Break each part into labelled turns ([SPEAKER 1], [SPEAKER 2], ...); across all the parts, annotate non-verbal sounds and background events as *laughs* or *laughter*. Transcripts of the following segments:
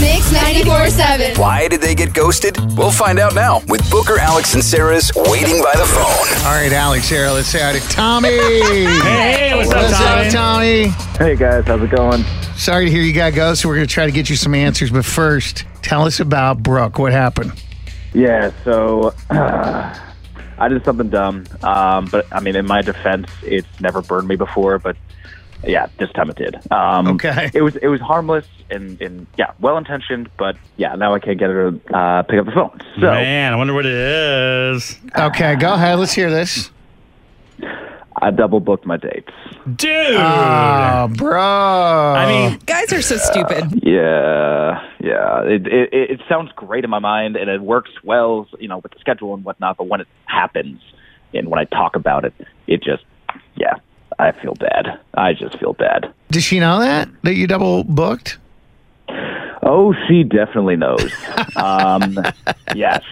[SPEAKER 1] Mix 94.7.
[SPEAKER 2] Why did they get ghosted? We'll find out now with Booker, Alex, and Sarah's Waiting by the Phone.
[SPEAKER 3] All right, Alex here. Let's say hi to Tommy. hey, what's, up, Tommy?
[SPEAKER 4] Hey guys, how's it going?
[SPEAKER 3] Sorry to hear you got ghosted. We're going to try to get you some answers, but first, tell us about Brooke. What happened?
[SPEAKER 4] Yeah, so *clears throat* I did something dumb, um, but I mean, in my defense, it's never burned me before, but yeah, this time it did. Um,
[SPEAKER 3] Okay.
[SPEAKER 4] it was it was harmless and, and yeah, well intentioned, but yeah, now I can't get her to uh, pick up the phone. So
[SPEAKER 5] Man, I wonder what it is.
[SPEAKER 3] *laughs* Okay, go ahead. Let's hear this.
[SPEAKER 4] I double booked my dates.
[SPEAKER 5] Dude.
[SPEAKER 3] Oh, bro.
[SPEAKER 5] I mean,
[SPEAKER 6] Guys are so stupid.
[SPEAKER 4] Yeah, yeah, it, it it sounds great in my mind, and it works well, you know, with the schedule and whatnot. But when it happens, and when I talk about it, it just yeah, I feel bad. I just feel bad.
[SPEAKER 3] Does she know that? That you double booked?
[SPEAKER 4] Oh, she definitely knows. *laughs* um, yes,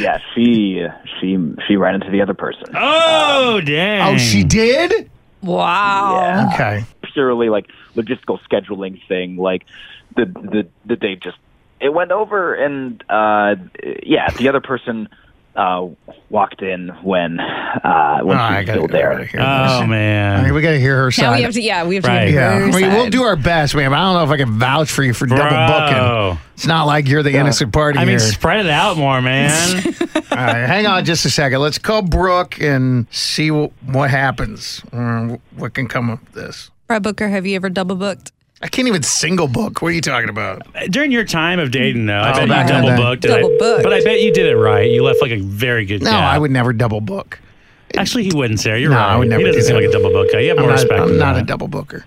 [SPEAKER 4] yes, she she she ran into the other person.
[SPEAKER 5] oh, dang.
[SPEAKER 3] Oh, she did?
[SPEAKER 6] Wow.
[SPEAKER 4] Yeah,
[SPEAKER 3] Okay.
[SPEAKER 4] purely like logistical scheduling thing. Like the the the day just it went over, and uh, yeah, the other person uh, walked in when uh, when she
[SPEAKER 3] Oh, I
[SPEAKER 4] was
[SPEAKER 3] gotta
[SPEAKER 4] still
[SPEAKER 3] go. I gotta
[SPEAKER 4] there.
[SPEAKER 3] hear
[SPEAKER 6] Uh,
[SPEAKER 3] this.
[SPEAKER 5] Oh,
[SPEAKER 3] All right,
[SPEAKER 5] man.
[SPEAKER 3] we got to hear her side.
[SPEAKER 6] Now we have to, yeah, we have to
[SPEAKER 5] Right.
[SPEAKER 6] get
[SPEAKER 3] yeah,
[SPEAKER 6] her
[SPEAKER 3] I mean, we'll
[SPEAKER 6] side.
[SPEAKER 3] do our best, ma'am. I don't know if I can vouch for you for double booking.
[SPEAKER 5] Bro.
[SPEAKER 3] It's not like you're the innocent party
[SPEAKER 5] I mean,
[SPEAKER 3] here.
[SPEAKER 5] spread it out more,
[SPEAKER 3] *laughs*
[SPEAKER 5] man.
[SPEAKER 3] All right, hang on just a second. Let's call Brooke and see what, what happens. or What can come of this?
[SPEAKER 6] Brad Booker, have you ever double booked?
[SPEAKER 3] I can't even single book. What are you talking about?
[SPEAKER 5] During your time of dating, though, I
[SPEAKER 3] Oh,
[SPEAKER 5] bet
[SPEAKER 3] back
[SPEAKER 5] you
[SPEAKER 3] in the
[SPEAKER 5] double
[SPEAKER 3] day.
[SPEAKER 5] booked. it.
[SPEAKER 6] Double booked.
[SPEAKER 5] But I bet you did it right. You left like a very good
[SPEAKER 3] No,
[SPEAKER 5] gap.
[SPEAKER 3] I would never double book.
[SPEAKER 5] Actually, he wouldn't, Sarah. You're
[SPEAKER 3] No,
[SPEAKER 5] right.
[SPEAKER 3] I would never
[SPEAKER 5] he doesn't
[SPEAKER 3] do
[SPEAKER 5] seem
[SPEAKER 3] that.
[SPEAKER 5] like a double book guy. You have
[SPEAKER 3] I'm
[SPEAKER 5] more
[SPEAKER 3] not,
[SPEAKER 5] respect.
[SPEAKER 3] I'm
[SPEAKER 5] than
[SPEAKER 3] not a
[SPEAKER 5] that.
[SPEAKER 3] double booker.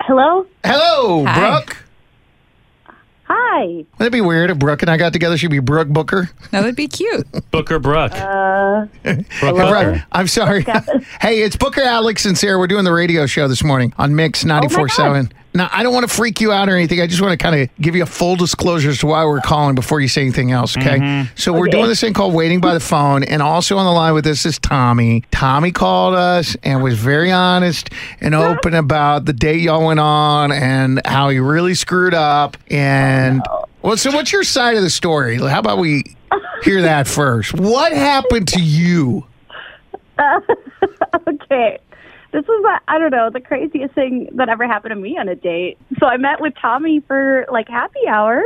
[SPEAKER 4] Hello.
[SPEAKER 3] Hello,
[SPEAKER 6] Hi.
[SPEAKER 3] Brooke.
[SPEAKER 4] Hi.
[SPEAKER 3] Would that be weird if Brooke and I got together? She'd be Brooke Booker.
[SPEAKER 6] That would be cute.
[SPEAKER 5] Booker Brook. Brooke
[SPEAKER 3] Brooke,
[SPEAKER 5] Booker.
[SPEAKER 3] I'm sorry. *laughs* hey, it's Booker, Alex, and Sarah. We're doing the radio show this morning on Mix 94.7. now, I don't want to freak you out or anything. I just want to kind of give you a full disclosure as to why we're calling before you say anything else, okay? So we're doing this thing called Waiting by the Phone, and also on the line with us is Tommy. Tommy called us and was very honest and open about the date y'all went on and how he really screwed up. And, well, so what's your side of the story? How about we hear that first? What happened to you?
[SPEAKER 4] *laughs* Okay. This was I don't know the craziest thing that ever happened to me on a date. So I met with Tommy for like happy hour,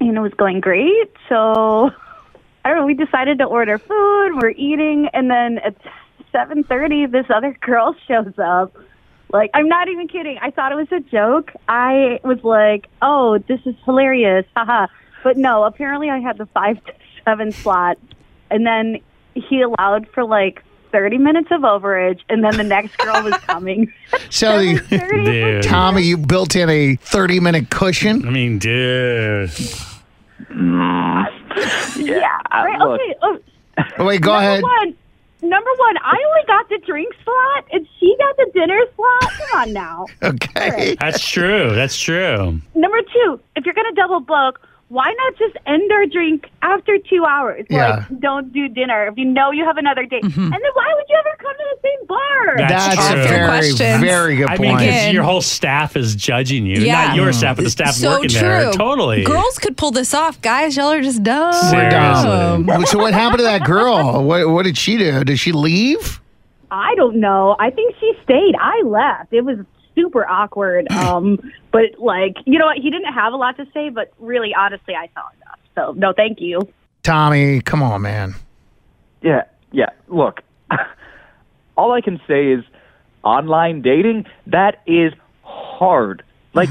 [SPEAKER 4] and it was going great. So *laughs* I don't know. We decided to order food. We're eating, and then at seven thirty, this other *laughs* girl shows up. Like I'm not even kidding. I thought it was a joke. I was like, "Oh, this is hilarious, haha!" But no, apparently I had the five to seven slot, and then he allowed for like thirty minutes of overage, and then the next girl was coming.
[SPEAKER 3] *laughs* So the,
[SPEAKER 4] 30
[SPEAKER 5] Dude.
[SPEAKER 3] Tommy, you built in a 30 minute cushion.
[SPEAKER 5] I mean, dude.
[SPEAKER 4] yeah. Right?
[SPEAKER 2] look.
[SPEAKER 4] Okay. Oh,
[SPEAKER 3] Oh, wait, go ahead.
[SPEAKER 4] One, number one, I only got the drink slot, and she got the dinner slot. Come on now.
[SPEAKER 3] *laughs* Okay.
[SPEAKER 5] That's true. That's true.
[SPEAKER 4] Number two, if you're gonna double book, why not just end our drink after two hours?
[SPEAKER 3] Yeah. Mm-hmm.
[SPEAKER 4] Like, don't do dinner if you know you have another date. And then why would you ever come to the same bar?
[SPEAKER 5] That-
[SPEAKER 3] That's,
[SPEAKER 5] That's
[SPEAKER 3] a
[SPEAKER 5] true.
[SPEAKER 3] very,
[SPEAKER 6] Questions.
[SPEAKER 3] very good
[SPEAKER 5] I mean,
[SPEAKER 3] point.
[SPEAKER 5] 'cause
[SPEAKER 6] Again.
[SPEAKER 5] your whole staff is judging you.
[SPEAKER 6] Yeah.
[SPEAKER 5] Not your staff, but the staff
[SPEAKER 6] so
[SPEAKER 5] working
[SPEAKER 6] true.
[SPEAKER 5] there. Totally.
[SPEAKER 6] Girls could pull this off. Guys, y'all are just dumb.
[SPEAKER 5] We're
[SPEAKER 3] Um,
[SPEAKER 4] Mm-hmm.
[SPEAKER 5] dumb.
[SPEAKER 3] so what happened to that girl? What, what did she do? Did she leave?
[SPEAKER 4] I don't know. I think she stayed. I left. It was super
[SPEAKER 3] *sighs*
[SPEAKER 4] awkward. Um, but like, you know what? He didn't have a lot to say, but really, honestly, I saw enough. So no, thank you.
[SPEAKER 3] Tommy, come on, man.
[SPEAKER 7] Yeah, yeah. Look, *laughs* all I can say is online dating, that is hard. Like,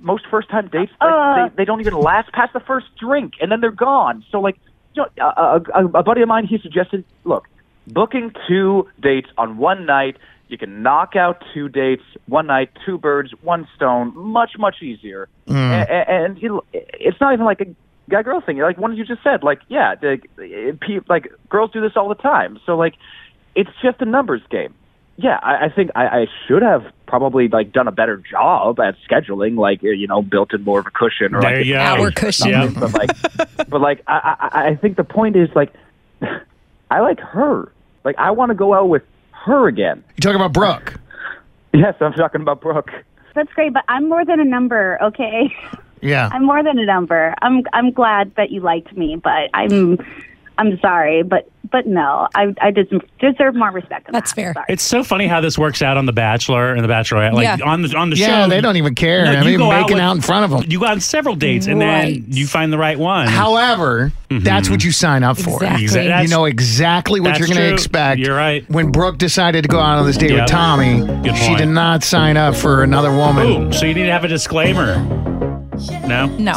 [SPEAKER 7] most first time dates, like, they, they don't even last past the first drink, and then they're gone. So, like, you know, a, a, a buddy of mine, he suggested, look, booking two dates on one night, you can knock out two dates, one night, two birds, one stone, much, much easier.
[SPEAKER 8] Mm.
[SPEAKER 5] Hmm.
[SPEAKER 7] And, and you know, it's not even like a guy girl thing. Like one of you just said, like yeah, like, it- pe- like girls do this all the time. So like, it's just a numbers game. Yeah, I, I think I, I should have probably like done a better job at scheduling, like you know, built in more of a cushion or
[SPEAKER 5] There
[SPEAKER 7] like
[SPEAKER 5] you
[SPEAKER 7] an
[SPEAKER 5] go.
[SPEAKER 7] hour
[SPEAKER 5] Our cushion.
[SPEAKER 7] something. But like, but like, I, I, I think the point is like, *laughs* I like her. Like, I want to go out with her again.
[SPEAKER 3] You talking about Brooke?
[SPEAKER 7] Yes, I'm talking about Brooke.
[SPEAKER 4] That's great, but I'm more than a number, okay? *laughs*
[SPEAKER 3] Yeah.
[SPEAKER 4] I'm more than a number. I'm I'm glad that you liked me, but I'm I'm sorry, but but no, I I des- deserve more respect. Than That's fair.
[SPEAKER 5] It's so funny how this works out on The Bachelor and The Bachelorette. Like
[SPEAKER 4] Yeah.
[SPEAKER 5] on the on the
[SPEAKER 3] Yeah,
[SPEAKER 5] show,
[SPEAKER 3] they don't even care. I mean, making out in front of 'em.
[SPEAKER 5] You go on several dates, and
[SPEAKER 3] Right.
[SPEAKER 5] then you find the right one.
[SPEAKER 3] However, that's
[SPEAKER 5] Mhm.
[SPEAKER 3] what you sign up for.
[SPEAKER 5] Exactly. Exa-
[SPEAKER 3] You
[SPEAKER 5] that's-
[SPEAKER 3] know exactly what
[SPEAKER 5] that's
[SPEAKER 3] you're going to
[SPEAKER 5] true.
[SPEAKER 3] expect.
[SPEAKER 5] You're right.
[SPEAKER 3] When Brooke decided to go out on this date
[SPEAKER 5] Yeah.
[SPEAKER 3] with Tommy,
[SPEAKER 5] Good
[SPEAKER 3] she
[SPEAKER 5] point.
[SPEAKER 3] did not sign up for another woman.
[SPEAKER 5] Boom. So you need to have a disclaimer. No.
[SPEAKER 9] No.